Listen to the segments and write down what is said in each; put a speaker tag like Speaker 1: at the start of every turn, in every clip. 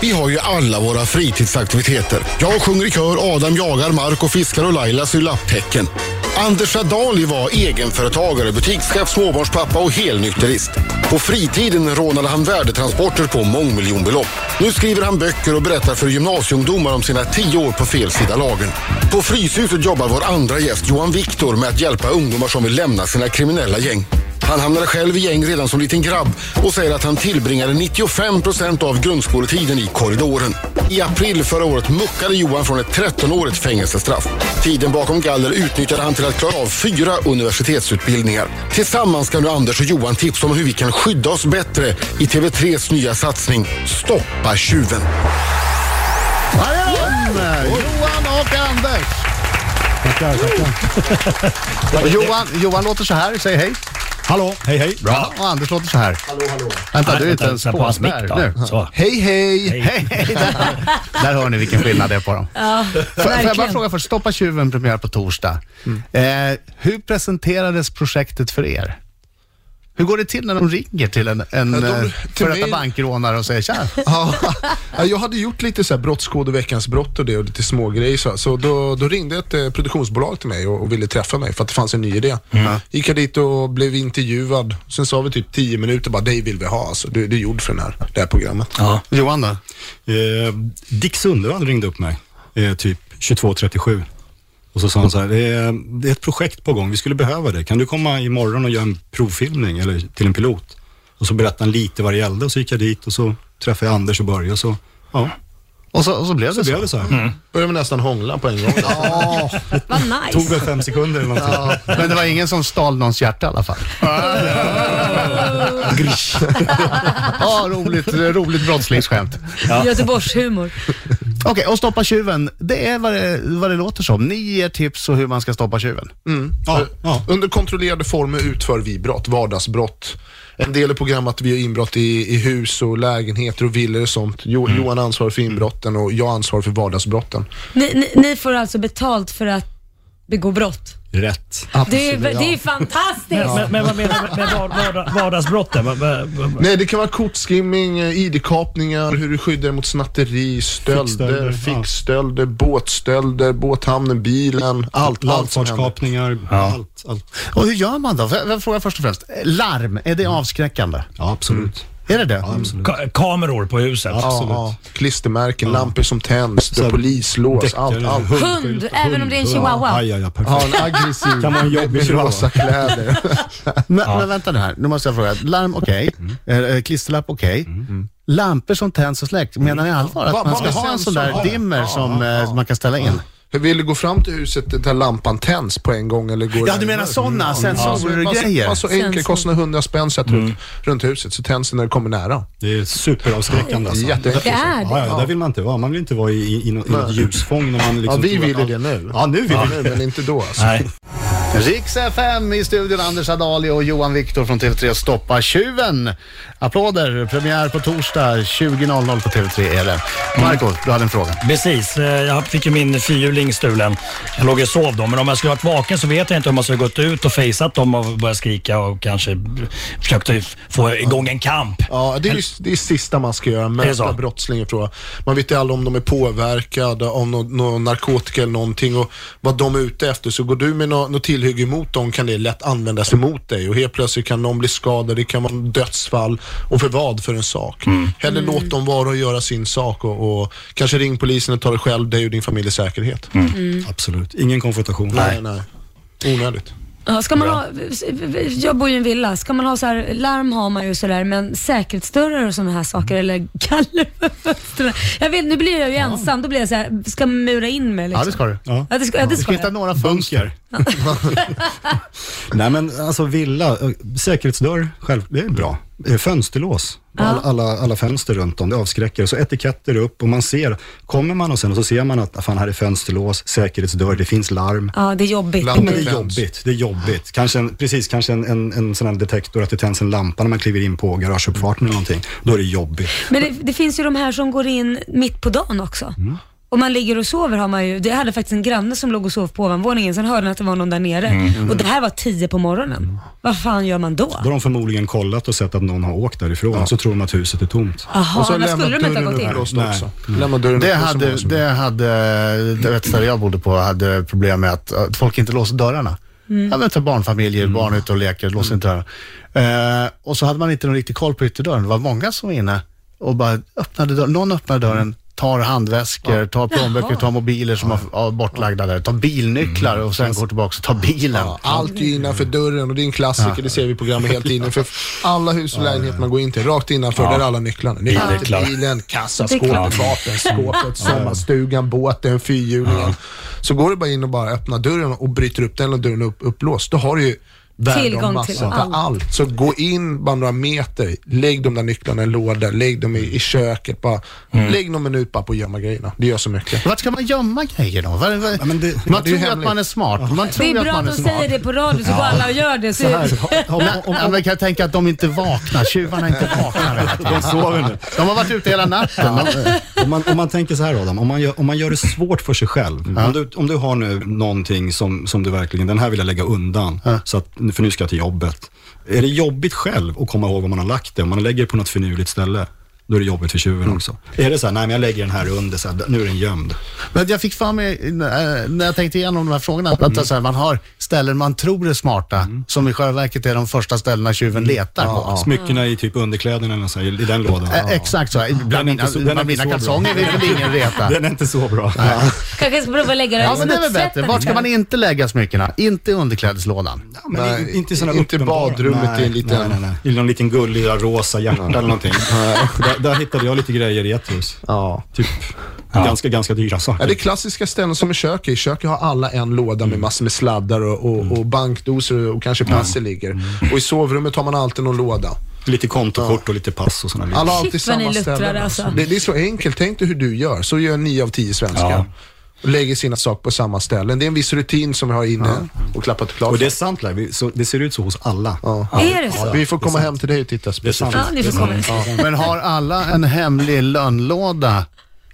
Speaker 1: Vi har ju alla våra fritidsaktiviteter. Jag sjunger i kör, Adam jagar, Marco fiskar och Laila syr lapptäcken. Anders Adali var egenföretagare, butikschef, småbarnspappa och helnykterist. På fritiden rånade han värdetransporter på mångmiljonbelopp. Nu skriver han böcker och berättar för gymnasieungdomar om sina tio år på fel sida lagen. På Fryshuset jobbar vår andra gäst Johan Viktor med att hjälpa ungdomar som vill lämna sina kriminella gäng. Han hamnade själv i gäng redan som liten grabb och säger att han tillbringade 95% av grundskoletiden i korridoren. I april förra året muckade Johan från ett 13-årigt fängelsestraff. Tiden bakom galler utnyttjade han till att klara av fyra universitetsutbildningar. Tillsammans ska nu Anders och Johan tipsa om hur vi kan skydda oss bättre i TV3s nya satsning Stoppa tjuven.
Speaker 2: Jajamän! Johan och Anders!
Speaker 3: Tackar, tackar.
Speaker 2: Och Johan, Johan låter så här, säg hej.
Speaker 3: Hallå, hej hej.
Speaker 2: Bra. Och Anders låter så här. Hallå, hallå. Vänta, du är inte ens på hans mick nu.
Speaker 3: Så.
Speaker 2: Hej, hej! hej. där, där hör ni vilken skillnad det är på dem.
Speaker 4: Ja,
Speaker 2: Får får jag bara
Speaker 4: verkligen. Mm.
Speaker 2: fråga först, Stoppa tjuven premiär på torsdag. Eh, hur presenterades projektet för er? Hur går det till när de ringer till en, en
Speaker 5: Ja, de-
Speaker 2: eh,
Speaker 5: till
Speaker 2: före detta
Speaker 5: mig-
Speaker 2: bankrånare och säger tja?
Speaker 5: Ja, ja, jag hade gjort lite så här brottskod och veckans brott och det och lite smågrejer. Så, så då, då ringde ett eh, produktionsbolag till mig och, och ville träffa mig för att det fanns en ny idé. Gick jag dit och blev intervjuad. Sen sa vi typ 10 minuter bara, dig vill vi ha alltså. Du, du är gjord för den här, det här programmet.
Speaker 3: Ja.
Speaker 2: Johan då?
Speaker 3: Eh, Dick Sundervall ringde upp mig, eh, typ 22.37. Och så sa han så här, det är, det är ett projekt på gång, vi skulle behöva det. Kan du komma imorgon och göra en provfilmning eller till en pilot? Och så berättade han lite vad det gällde och så gick jag dit och så träffade jag Anders och Börje och så, ja,
Speaker 2: Och så, och så blev det
Speaker 3: så
Speaker 2: så.
Speaker 3: blev det så här.
Speaker 5: Började vi nästan hångla på en gång.
Speaker 2: Ja,
Speaker 4: Vad
Speaker 3: Tog
Speaker 4: nice.
Speaker 3: väl fem sekunder eller någonting.
Speaker 2: ja. Men det var ingen som stal någons hjärta i alla fall. Ja, roligt, roligt brottslingsskämt.
Speaker 4: Göteborgshumor.
Speaker 2: Okej, och stoppa tjuven. Det är vad det, vad det låter som. Ni ger tips på hur man ska stoppa tjuven.
Speaker 3: Ja, ja.
Speaker 5: Under kontrollerade former utför vi brott, vardagsbrott. En del i programmet vi gör inbrott i, i hus och lägenheter och villor och sånt. Jo, Johan ansvarar för inbrotten och jag ansvarar för vardagsbrotten.
Speaker 4: Ni, ni, ni får alltså betalt för att begå brott.
Speaker 3: Rätt.
Speaker 4: Det är, det är fantastiskt!
Speaker 6: Men, men vad menar du med var, vardag, vardagsbrotten? Vad- vad- vad-
Speaker 3: Alltså.
Speaker 5: Nej, det kan vara kortskimming, eh, ID-kapningar, hur du skyddar dig mot snatteri, stölder,
Speaker 3: Fickstölder, ja.
Speaker 5: fickstölder, båtstölder, båthamnen, bilen, allt, allt som händer.
Speaker 3: Lagfartskapningar, allt, allt.
Speaker 2: Och hur gör man då? Får jag- får jag fråga först och främst. Larm, är det avskräckande?
Speaker 3: Ja, absolut.
Speaker 5: Mm.
Speaker 2: Är det det?
Speaker 6: Ka- kameror på huset.
Speaker 5: Ja, ja. Klistermärken, lampor som tänds,
Speaker 3: Så här,
Speaker 5: polislås,
Speaker 3: Däckare,
Speaker 5: allt, allt.
Speaker 4: Hund, även om det är en
Speaker 3: ja.
Speaker 4: chihuahua.
Speaker 3: Aj, aj, aj, perfekt.
Speaker 5: Ja, en aggressiv
Speaker 3: Kan vara en jobbig
Speaker 5: med
Speaker 3: chihuahua.
Speaker 5: rosa kläder.
Speaker 2: Men, men vänta nu här, nu måste jag fråga. Larm, okej.
Speaker 5: Mm.
Speaker 2: Eh, eh, Klisterlapp, okej. Lampor som tänds och släcks,
Speaker 5: Mm.
Speaker 2: menar ni allvar att
Speaker 5: Vad-
Speaker 2: man
Speaker 5: vad
Speaker 2: ska
Speaker 5: är
Speaker 2: ha en sån
Speaker 5: sensor?
Speaker 2: där
Speaker 5: Ja,
Speaker 2: dimmer som eh, man kan ställa in?
Speaker 5: Hur vill du gå fram till huset där lampan tänds på en gång eller går Alltså,
Speaker 2: Ja, du menar såna sensorer och grejer?
Speaker 5: Man så enkelt,
Speaker 4: Sensor.
Speaker 5: kostar 100 spänn sätter
Speaker 3: Mm.
Speaker 5: runt, runt huset så tänds den när du kommer nära.
Speaker 3: Det är superavskräckande alltså.
Speaker 5: Jätteenkelt.
Speaker 4: Det är det.
Speaker 3: Ja, ja, där vill man inte vara. Man vill inte vara i, i, i något i något ljusfång när man
Speaker 5: Ja,
Speaker 3: liksom
Speaker 5: vi
Speaker 3: tror att
Speaker 5: vill ju
Speaker 3: allt-
Speaker 5: det nu.
Speaker 3: Ja, nu vill
Speaker 5: Ja,
Speaker 3: vi
Speaker 5: nu,
Speaker 3: det.
Speaker 5: men inte då alltså.
Speaker 6: Nej.
Speaker 2: Riks FM i studion, Anders Adali och Johan Viktor från TV3 Stoppa tjuven. Applåder, premiär på torsdag 20.00 på TV3 är det. Marco, du hade en fråga.
Speaker 6: Precis, eh, jag fick ju min fyrhjuling stulen. Jag låg och sov då, men om jag skulle varit vaken så vet jag inte om jag skulle gått ut och fejsat dem och börjat skrika och kanske försökt att få igång en kamp.
Speaker 5: Ja, det är ju det är sista man ska göra,
Speaker 6: Är det
Speaker 5: möta
Speaker 6: så?
Speaker 5: brottslingen tror jag. Man vet ju aldrig om de är påverkade av någon nå narkotika eller någonting och vad de är ute efter. Så går du med något nå tillhygge emot dem kan det lätt användas emot dig och helt plötsligt kan någon bli skadad, det kan vara dödsfall och för vad? För en sak. Hellre låt dem vara och göra sin sak och, och kanske ring polisen och ta dig själv, dig och din familj i säkerhet.
Speaker 3: Absolut. Ingen konfrontation.
Speaker 5: Nej, nej. Onödigt.
Speaker 4: Ja, ska man ha, jag bor ju i en villa. Ska man ha så här, larm har man ju sådär, men säkerhetsdörrar och sådana här saker eller galler för fönstren. Jag vet, nu blir jag ju ensam. Då blir jag så här, ska man mura in mig liksom?
Speaker 2: Ja, det ska du.
Speaker 3: Ja.
Speaker 4: Ja, det ska, ja, det
Speaker 2: Du ska
Speaker 4: ska
Speaker 2: hitta
Speaker 4: jag.
Speaker 2: några fönster.
Speaker 3: Bunker. Nej men alltså villa, eh, säkerhetsdörr, själv, det är bra. Eh, Fönsterlås, all, alla, alla fönster runt om, det avskräcker. Så etiketter upp och man ser, kommer man och sen och så ser man att ah, fan här är fönsterlås, säkerhetsdörr, det finns larm.
Speaker 4: Ja, det är jobbigt.
Speaker 5: Larm.
Speaker 3: Ja, men det är
Speaker 5: Tänds.
Speaker 3: jobbigt. Det är jobbigt. Kanske en, precis, kanske en, en, en sån här detektor att det tänds en lampa när man kliver in på garageuppfarten eller någonting. Då är det jobbigt.
Speaker 2: Mm.
Speaker 4: Men det, det finns ju de här som går in mitt på dagen också. Om man ligger och sover har man ju, det hade faktiskt en granne som låg och sov på ovanvåningen, sen hörde han att det var någon där nere.
Speaker 2: Mm.
Speaker 4: Och det här var tio på morgonen. Vad fan gör man då?
Speaker 3: Då har de förmodligen kollat och sett att någon har åkt därifrån, så tror de att huset är tomt.
Speaker 4: Jaha, annars skulle de inte ha gått in.
Speaker 5: upplåst
Speaker 3: Nej.
Speaker 5: också. Lämna dörren
Speaker 2: Det
Speaker 5: upplåst så
Speaker 2: hade,
Speaker 5: många som
Speaker 2: det hade, det vet stället jag bodde på hade problem med att, att folk inte låste dörrarna.
Speaker 4: Mm.
Speaker 2: Ja, men ta barnfamiljer, barn ute och leker, låser inte dörrarna. Eh, och så hade man inte någon riktig koll på ytterdörren. Det var många som var inne och bara öppnade dörren. Någon öppnade dörren, tar handväskor, tar plånböcker,
Speaker 4: Jaha.
Speaker 2: tar mobiler som var ja, bortlagda där, tar bilnycklar och sen går tillbaka och tar bilen.
Speaker 5: Ja, allt är ju innanför dörren och det är en klassiker, det ser vi i programmet hela tiden. För alla hus och lägenheter man går in till, rakt innanför, där är alla nycklarna. Det är alltid
Speaker 6: Bilnycklar.
Speaker 5: bilen, kassaskåpet,
Speaker 4: Nycklar.
Speaker 5: vapenskåpet, sommarstugan, båten, fyrhjulingen. Så går du bara in och bara öppnar dörren och bryter upp den och dörren är upp, upplåst. Då har du ju värde
Speaker 4: Tillgång
Speaker 5: och
Speaker 4: till
Speaker 5: massa av
Speaker 4: allt.
Speaker 5: allt. Så gå in bara några meter, lägg de där nycklarna i en låda, lägg dem i, i köket, bara lägg någon minut bara på att gömma grejerna. Det gör så mycket.
Speaker 2: Vart ska man gömma grejer då? Var, var,
Speaker 3: Ja, men det-
Speaker 2: man
Speaker 5: det är ju
Speaker 2: tror att
Speaker 5: hemligt.
Speaker 2: man är smart. Man tror
Speaker 4: Det är
Speaker 2: att
Speaker 4: bra att
Speaker 2: man är
Speaker 4: de
Speaker 2: smart.
Speaker 4: säger det på radio så går alla och gör det. Så
Speaker 2: Nej, nej, men kan jag tänka att de inte vaknar? Tjuvarna är inte vaknar.
Speaker 3: De sover nu.
Speaker 2: De har varit ute hela natten.
Speaker 3: Om man, om man tänker så här Adam, om man gör, om man gör det svårt för sig själv. Om, du, om du har nu någonting som, som du verkligen, den här vill jag lägga undan, så att, för nu ska jag till jobbet. Är det jobbigt själv att komma ihåg var man har lagt det? Om man lägger det på något finurligt ställe, då är det jobbigt för tjuven också. Är det så här, nej men jag lägger den här under, så här, nu är den gömd.
Speaker 2: Men jag fick för mig, eh, när jag tänkte igenom de här frågorna, att så här, man har ställen man tror är smarta, som i själva verket är de första ställena tjuven
Speaker 3: Mm.
Speaker 2: letar på.
Speaker 3: Smyckena i typ underkläderna eller så här, i den lådan.
Speaker 2: Eh, Exakt så. Bland
Speaker 3: är inte
Speaker 2: mina,
Speaker 3: så- den är
Speaker 2: bland
Speaker 3: inte
Speaker 2: mina
Speaker 3: så bra.
Speaker 2: kalsonger vill väl ingen
Speaker 3: Ja.
Speaker 2: veta.
Speaker 3: Den är inte så bra.
Speaker 4: kanske ska prova lägga det
Speaker 2: Ja, men det är väl bättre. Vart ska man inte lägga smyckena? Inte i underklädeslådan.
Speaker 3: Ja, men
Speaker 5: Nej,
Speaker 3: i- inte i såna
Speaker 5: inte
Speaker 3: uppenbara-
Speaker 5: badrummet i en liten-
Speaker 3: Nej, nej, nej. I någon liten gullig rosa hjärta eller någonting. där, där hittade jag lite grejer i ett hus.
Speaker 5: Ja.
Speaker 3: Typ ganska, ganska dyra saker.
Speaker 5: Ja, det är klassiska ställen som i köket. I köket har alla en låda
Speaker 4: Mm.
Speaker 5: med massor med sladdar och, och, och bankdosor och kanske passer ligger.
Speaker 4: Mm.
Speaker 5: Och i sovrummet har man alltid någon låda.
Speaker 3: Lite kontokort och lite pass och sådana grejer.
Speaker 5: Alla har
Speaker 4: Shit,
Speaker 5: alltid
Speaker 4: vad ni
Speaker 5: samma
Speaker 4: luttrar,
Speaker 5: ställe.
Speaker 4: alltså.
Speaker 5: Det, det är så enkelt. Tänk dig hur du gör. Så gör nio av tio svenskar.
Speaker 6: Ja.
Speaker 5: Och lägger sina saker på samma ställe. Det är en viss rutin som vi har inne och klappat klart.
Speaker 3: Och det är sant, Larry. Vi- så, det ser ut så hos alla.
Speaker 5: ja.
Speaker 4: Är det så?
Speaker 5: Vi får komma hem till dig och titta specifikt.
Speaker 4: Ja, ni får komma.
Speaker 2: Men har alla en hemlig lönnlåda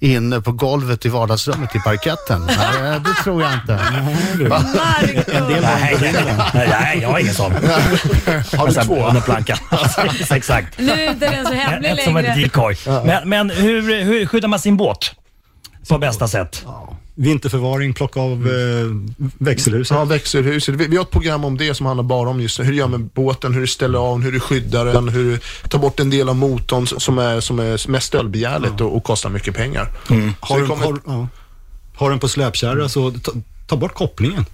Speaker 2: inne på golvet i vardagsrummet i parketten? Nej, det tror jag inte.
Speaker 4: Marco!
Speaker 6: Nej, nej, nej, nej, jag har ingen sån. Har du två? Under plankan. Exakt.
Speaker 4: Nu är inte den så hemlig
Speaker 6: Ett som ett
Speaker 4: längre.
Speaker 6: decoy. Men, men hur, hur skyddar man sin båt? På bästa sätt.
Speaker 3: Vinterförvaring, plocka av eh, växelhuset.
Speaker 5: Mm. Ja, växelhuset. Vi, vi har ett program om det som handlar bara om just hur du gör med båten, hur du ställer av den, hur du skyddar den, hur du tar bort en del av motorn s- som är, som är mest stöldbegärligt och, och kostar mycket pengar. Så
Speaker 3: Mm. Har,
Speaker 5: det
Speaker 3: den,
Speaker 5: kommer-
Speaker 3: har, ja. har den på släpkärra så ta, ta bort kopplingen.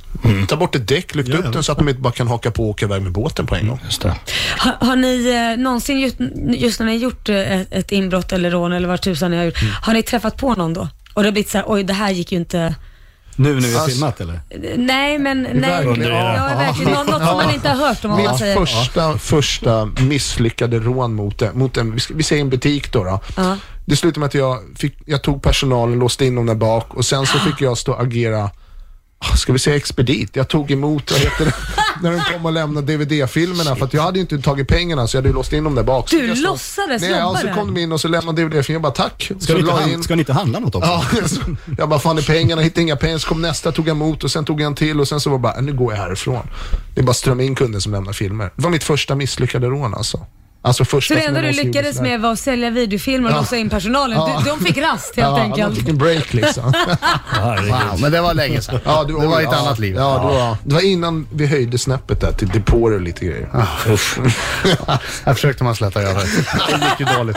Speaker 5: Ta bort ett däck, lyft
Speaker 3: Ja, ja. Mm.
Speaker 5: upp den så att de inte bara kan haka på och åka iväg med båten på en gång.
Speaker 6: Just det.
Speaker 4: Har, har ni eh, någonsin, gjort, just när ni har gjort eh, ett, ett inbrott eller rån eller vad tusan ni har gjort, har ni träffat på någon då? Och det har blivit såhär, oj det här gick ju inte...
Speaker 3: Nu när vi har
Speaker 5: Alltså-
Speaker 3: filmat eller?
Speaker 4: Nej men, nej.
Speaker 5: verkligen.
Speaker 4: Ja, i verkligen. Nå- Något som man inte har hört om, om man
Speaker 5: Mitt
Speaker 4: säger.
Speaker 5: första, första misslyckade rån mot, en- mot en, vi ska- vi säger en butik då. då.
Speaker 4: Ja.
Speaker 5: Det slutade med att jag, fick, jag tog personalen, låste in dem där bak och sen så fick jag stå och agera, ah, ska vi säga expedit? Jag tog emot, vad heter det, när de kom och lämnade DVD-filmerna för att jag hade ju inte tagit pengarna så jag hade ju låst in dem där bak. Så
Speaker 4: Du
Speaker 5: fick jag stå-
Speaker 4: låtsades
Speaker 5: Nej, ja,
Speaker 4: jobba
Speaker 5: så
Speaker 4: där.
Speaker 5: kom de in och så lämnade DVD-filmen, jag bara tack.
Speaker 3: Ska,
Speaker 5: så
Speaker 3: ni inte,
Speaker 5: la jag
Speaker 3: handla, ska ni inte handla något också?
Speaker 5: Ja, så- jag bara, fan det är pengarna, hittade inga pengar. Så kom nästa, tog jag emot och sen tog jag en till och sen så var jag bara, nu går jag härifrån. Det är bara strömma in kunden som lämnar filmer. Det var mitt första misslyckade rån alltså. Alltså
Speaker 4: Så
Speaker 5: första
Speaker 4: det
Speaker 5: som
Speaker 4: enda
Speaker 5: jag
Speaker 4: du
Speaker 5: någonsin
Speaker 4: lyckades
Speaker 5: gjorde sådär.
Speaker 4: med var att sälja videofilmer och låsa in personalen. Du, de fick rast helt
Speaker 5: Ja, de
Speaker 4: enkelt.
Speaker 5: fick en break liksom.
Speaker 6: Herregud.
Speaker 2: Wow, men det var länge sedan.
Speaker 5: Ja,
Speaker 2: det var i ett
Speaker 5: ja,
Speaker 2: annat liv.
Speaker 5: Ja, det var, det var innan vi höjde snäppet där till depåer och lite grejer.
Speaker 2: Ah, Jag försökte man släta över. Det gick ju dåligt.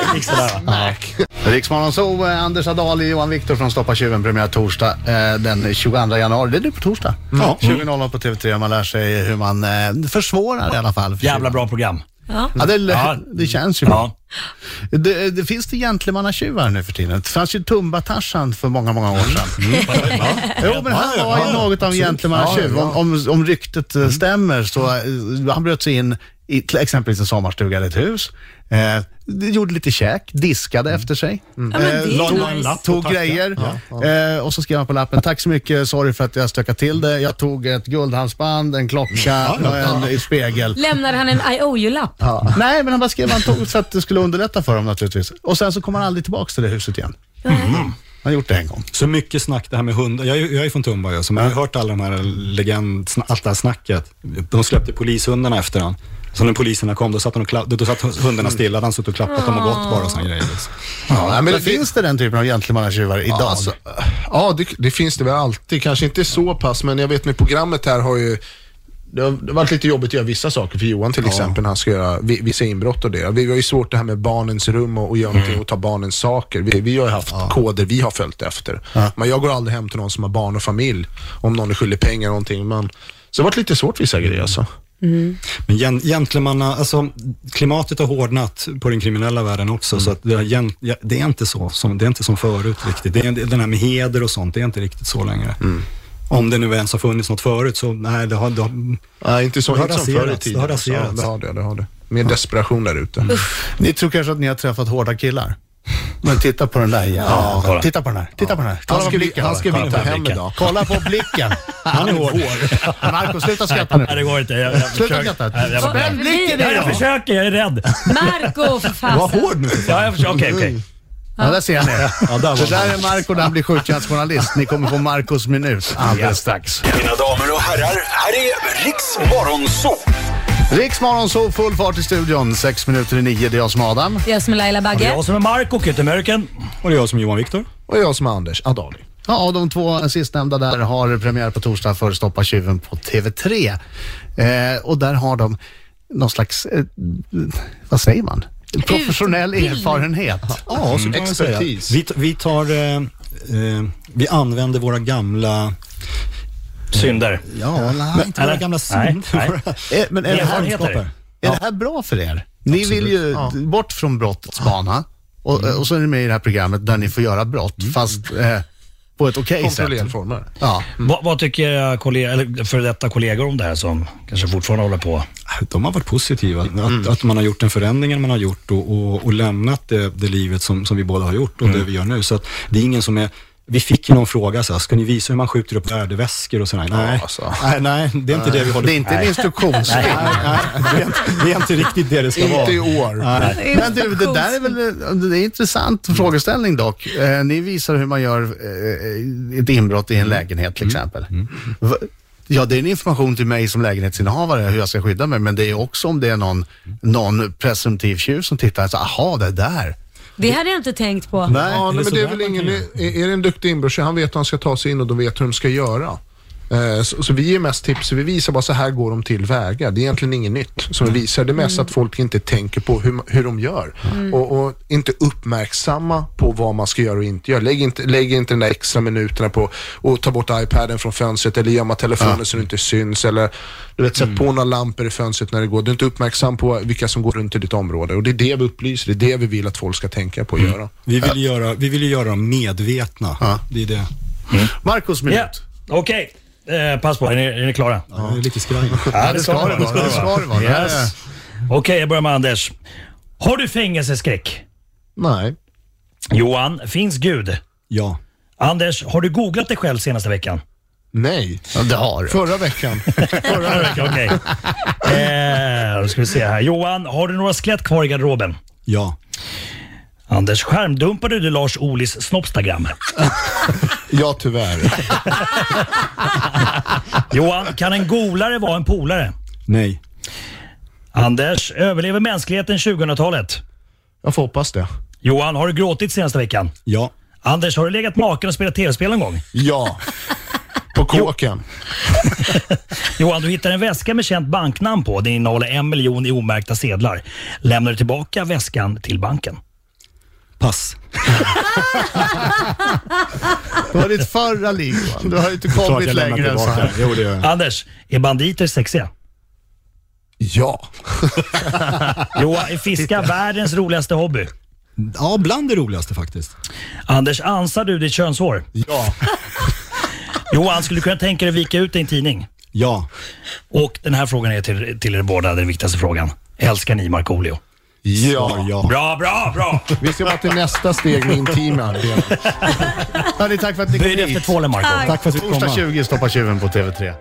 Speaker 2: Riksmorgon Zoo, eh, Anders Adali, Johan Viktor från Stoppa tjuven, premiär torsdag eh, den 22 januari. Det är nu på torsdag.
Speaker 3: Ja.
Speaker 2: 20.00 på TV3. Man lär sig hur man eh, försvårar i alla fall. för
Speaker 6: Jävla
Speaker 2: tjuven.
Speaker 6: bra program.
Speaker 2: Ja, det,
Speaker 6: Ja.
Speaker 2: det känns ju bra.
Speaker 6: Ja.
Speaker 2: Det, det finns det gentlemannatjuvar nu för tiden. Det fanns ju Tumba-Tarzan för många, många år sedan. Jo, men
Speaker 3: Ja, ja,
Speaker 2: han var ju
Speaker 3: ja,
Speaker 2: något av en
Speaker 3: absolut.
Speaker 2: gentlemannatjuv. Om, om, om ryktet eh, stämmer så eh, han bröt sig in i till exempelvis en sommarstuga eller ett hus. Eh, det gjorde lite käk, diskade efter sig. Eh,
Speaker 4: Ja, men
Speaker 5: Eh,
Speaker 4: det
Speaker 3: la
Speaker 4: är
Speaker 3: man
Speaker 4: nice.
Speaker 3: lapp? och
Speaker 2: Tog
Speaker 3: tacka.
Speaker 2: grejer Eh, och så skrev han på lappen, tack så mycket, sorry för att jag stökade till det. Jag tog ett guldhalsband, en klocka och en eh, spegel.
Speaker 4: Lämnade han en IOU-lapp?
Speaker 2: Nej, men han bara skrev vad han tog så att det skulle underlätta för dem naturligtvis. Och sen så kom han aldrig tillbaka till det huset igen. Han har gjort det en gång.
Speaker 3: Så mycket snack det här med hundar. Jag, är- jag är från Tumba, jag, så man har ju hört alla de här legend, sna- allt det här snacket. De släppte polishundarna efter han. Så när poliserna kom, då satt, de och klapp, då satt hundarna stilla, de satt och klappat dem och gått bara och såna grejer. liksom.
Speaker 2: Ja, men det, finns det den typen av gentlemannatjuvar idag?
Speaker 5: Ja, alltså, ja det, det finns det väl alltid. Kanske inte så pass, men jag vet med programmet här har ju det har det har varit lite jobbigt att göra vissa saker för Johan till exempel när han ska göra vi- vissa inbrott och det. Vi, vi har ju svårt det här med barnens rum och, och göra
Speaker 3: Mm.
Speaker 5: någonting och ta barnens saker. Vi, vi har ju haft koder vi har följt efter. Men jag går aldrig hem till någon som har barn och familj om någon är skyldig pengar eller någonting. Men, så det har varit lite svårt vissa grejer alltså.
Speaker 3: Men gen- gentlemanna, alltså klimatet har hårdnat på den kriminella världen också, så att det, har gen, ja, det är inte så som, det är inte som förut riktigt. Det är, den här med heder och sånt, det är inte riktigt så längre. Om det nu ens har funnits något förut, så nej, det har, det har
Speaker 5: Nej, inte så
Speaker 3: Det har
Speaker 5: inte som förr i
Speaker 3: raserats,
Speaker 5: tiden.
Speaker 3: det har raserats.
Speaker 5: Ja, det har det, det har det. Mer desperation där ute.
Speaker 2: Ni tror kanske att ni har träffat hårda killar? Men titta på den där jäveln.
Speaker 6: kolla.
Speaker 2: titta på den här. Titta på den här. Kolla
Speaker 5: Han
Speaker 2: på
Speaker 5: ska, vi,
Speaker 2: blicken.
Speaker 5: han ska vi
Speaker 2: Kolla
Speaker 5: ta
Speaker 2: på
Speaker 5: hem
Speaker 2: blicken.
Speaker 5: idag.
Speaker 2: Kolla på blicken. Han är hård. Marco, sluta skratta
Speaker 6: Nej, det
Speaker 2: nu.
Speaker 6: går inte. Jag, jag
Speaker 2: Sluta
Speaker 6: försöker.
Speaker 2: skratta.
Speaker 6: Nej, jag-
Speaker 2: Spänn blicken i
Speaker 6: Nej, jag
Speaker 2: dem.
Speaker 6: försöker. Jag är rädd.
Speaker 4: Marco för
Speaker 5: Vad
Speaker 4: fasen.
Speaker 5: hård nu för
Speaker 6: Ja, jag försöker. Okej,
Speaker 2: Mm.
Speaker 6: okej.
Speaker 2: Ja, där ser ni. det där är Marco när han blir skjutjärnsjournalist. Ni kommer få Marcos minut alldeles strax.
Speaker 7: Mina damer och herrar, här är Riks Morgonzoo!
Speaker 2: Riksmorgon så full fart i studion. Sex minuter i nio. Det är jag som är Adam.
Speaker 4: Jag som är Laila
Speaker 6: Det är
Speaker 4: Bagge.
Speaker 6: jag som är Marco, Kyttemörken.
Speaker 3: Och det är jag som Johan Viktor.
Speaker 5: Och jag som är Anders Adali.
Speaker 2: Ja, och de två sistnämnda där har premiär på torsdag för Stoppa tjuven på TV3. Eh, och där har de någon slags, eh, vad säger man? Professionell
Speaker 4: Utbildning.
Speaker 2: erfarenhet.
Speaker 3: Ja, så kan man säga.
Speaker 5: Mm. Expertis.
Speaker 3: Vi, t- vi tar, eh, eh, vi använder våra gamla,
Speaker 6: Synder.
Speaker 2: Ja,
Speaker 3: nej, inte våra
Speaker 6: Eller?
Speaker 3: gamla
Speaker 6: Nej,
Speaker 3: synd.
Speaker 6: nej.
Speaker 2: Eh, men är det, här,
Speaker 6: Erfarenheter.
Speaker 2: är det här bra för er? Ni vill ju bort från brottets bana och, och så är ni med i det här programmet där ni får göra brott, fast eh, på ett okej
Speaker 5: Kontrollerade
Speaker 2: sätt.
Speaker 5: former.
Speaker 2: Ja.
Speaker 6: Vad, vad tycker era kollegor, eller före detta kollegor om det här som kanske fortfarande håller på?
Speaker 3: De har varit positiva. Att, att man har gjort den förändringen man har gjort och, och, och lämnat det, det livet som, som vi båda har gjort och det vi gör nu. Så att det är ingen som är vi fick ju någon fråga så här, ska ni visa hur man skjuter upp värdeväskor och sådär? Nej,
Speaker 5: alltså.
Speaker 3: nej, nej, det är inte det vi håller
Speaker 2: Det är inte en instruktionsfilm.
Speaker 3: Nej, det, är inte, det är inte riktigt det det ska vara.
Speaker 5: Inte i år.
Speaker 2: Men du, det där är väl det är en intressant frågeställning dock. Eh, ni visar hur man gör eh, ett inbrott
Speaker 6: Mm.
Speaker 2: i en lägenhet till exempel. Va- Ja, det är en information till mig som lägenhetsinnehavare hur jag ska skydda mig, men det är också om det är någon, någon presumtiv tjuv som tittar, så, aha, det där.
Speaker 4: Det hade jag inte tänkt på.
Speaker 2: Nej.
Speaker 5: Ja, nej, men det är väl
Speaker 3: man
Speaker 5: ingen,
Speaker 3: kan
Speaker 5: är, är det en duktig inbrottstjuv, han vet hur han ska ta sig in och de vet hur de ska göra. Eh, Så, så vi ger mest tips, vi visar bara så här går de tillväga. Det är egentligen inget nytt som vi visar. Det är mest att folk inte tänker på hur, ma- hur de gör och, och inte uppmärksamma på vad man ska göra och inte göra. Lägg inte, lägg inte den där extra minuterna på att ta bort iPaden från fönstret eller gömma telefonen så det inte syns eller du vet, sätt på några lampor i fönstret när det går. Du är inte uppmärksam på vilka som går runt i ditt område och det är det vi upplyser, det är det vi vill att folk ska tänka på och göra.
Speaker 3: Vi vill ju göra, vi vill ju göra dem medvetna. Det är det.
Speaker 2: Marcos minut.
Speaker 6: Ja, okej. Eh, pass på, är ni, är ni klara?
Speaker 3: Ja, det är lite skraj.
Speaker 6: Ja,
Speaker 2: det ska det vara. Det ska det vara.
Speaker 6: Yes. Okej, jag börjar med Anders. Har du fängelseskräck?
Speaker 5: Nej.
Speaker 6: Johan, finns Gud?
Speaker 3: Ja.
Speaker 6: Anders, har du googlat dig själv senaste veckan?
Speaker 5: Nej.
Speaker 2: Ja, det har du.
Speaker 5: Förra veckan.
Speaker 6: Förra veckan, okej. Eh, då ska vi se här. Johan, har du några skelett kvar i garderoben?
Speaker 3: Ja.
Speaker 6: Anders, skärmdumpade du Lars Olis snoppstagram?
Speaker 5: Ja, tyvärr.
Speaker 6: Johan, kan en golare vara en polare?
Speaker 3: Nej.
Speaker 6: Anders, överlever mänskligheten 2000-talet?
Speaker 5: Jag får hoppas det.
Speaker 6: Johan, har du gråtit senaste veckan?
Speaker 3: Ja.
Speaker 6: Anders, har du legat med maken och spelat tv-spel någon gång?
Speaker 5: Ja. På kåken.
Speaker 6: Johan, du hittar en väska med känt banknamn på. Den innehåller en miljon i omärkta sedlar. Lämnar du tillbaka väskan till banken?
Speaker 3: Pass.
Speaker 2: Det var ditt förra liv, Johan. Du har ju inte kommit längre än så här.
Speaker 3: Jo, det gör jag.
Speaker 6: Anders, är banditer sexiga?
Speaker 5: Ja.
Speaker 6: Johan, är fiska världens roligaste hobby?
Speaker 3: Ja, bland det roligaste faktiskt.
Speaker 6: Anders, ansar du ditt könshår?
Speaker 5: Ja.
Speaker 6: Johan, skulle du kunna tänka dig vika ut din tidning?
Speaker 3: Ja.
Speaker 6: Och den här frågan är till, till er båda, den viktigaste frågan. Älskar ni Markoolio?
Speaker 5: Ja.
Speaker 3: Ja.
Speaker 6: Bra, bra, bra!
Speaker 5: Vi ska vara till nästa steg med intima arbeten.
Speaker 2: Hörni, tack för att ni kom
Speaker 6: Böj dig efter
Speaker 2: hit.
Speaker 6: tvålen, Marko.
Speaker 3: Tack för att du kom.
Speaker 2: Torsdag 20 stoppar tjuven på TV3.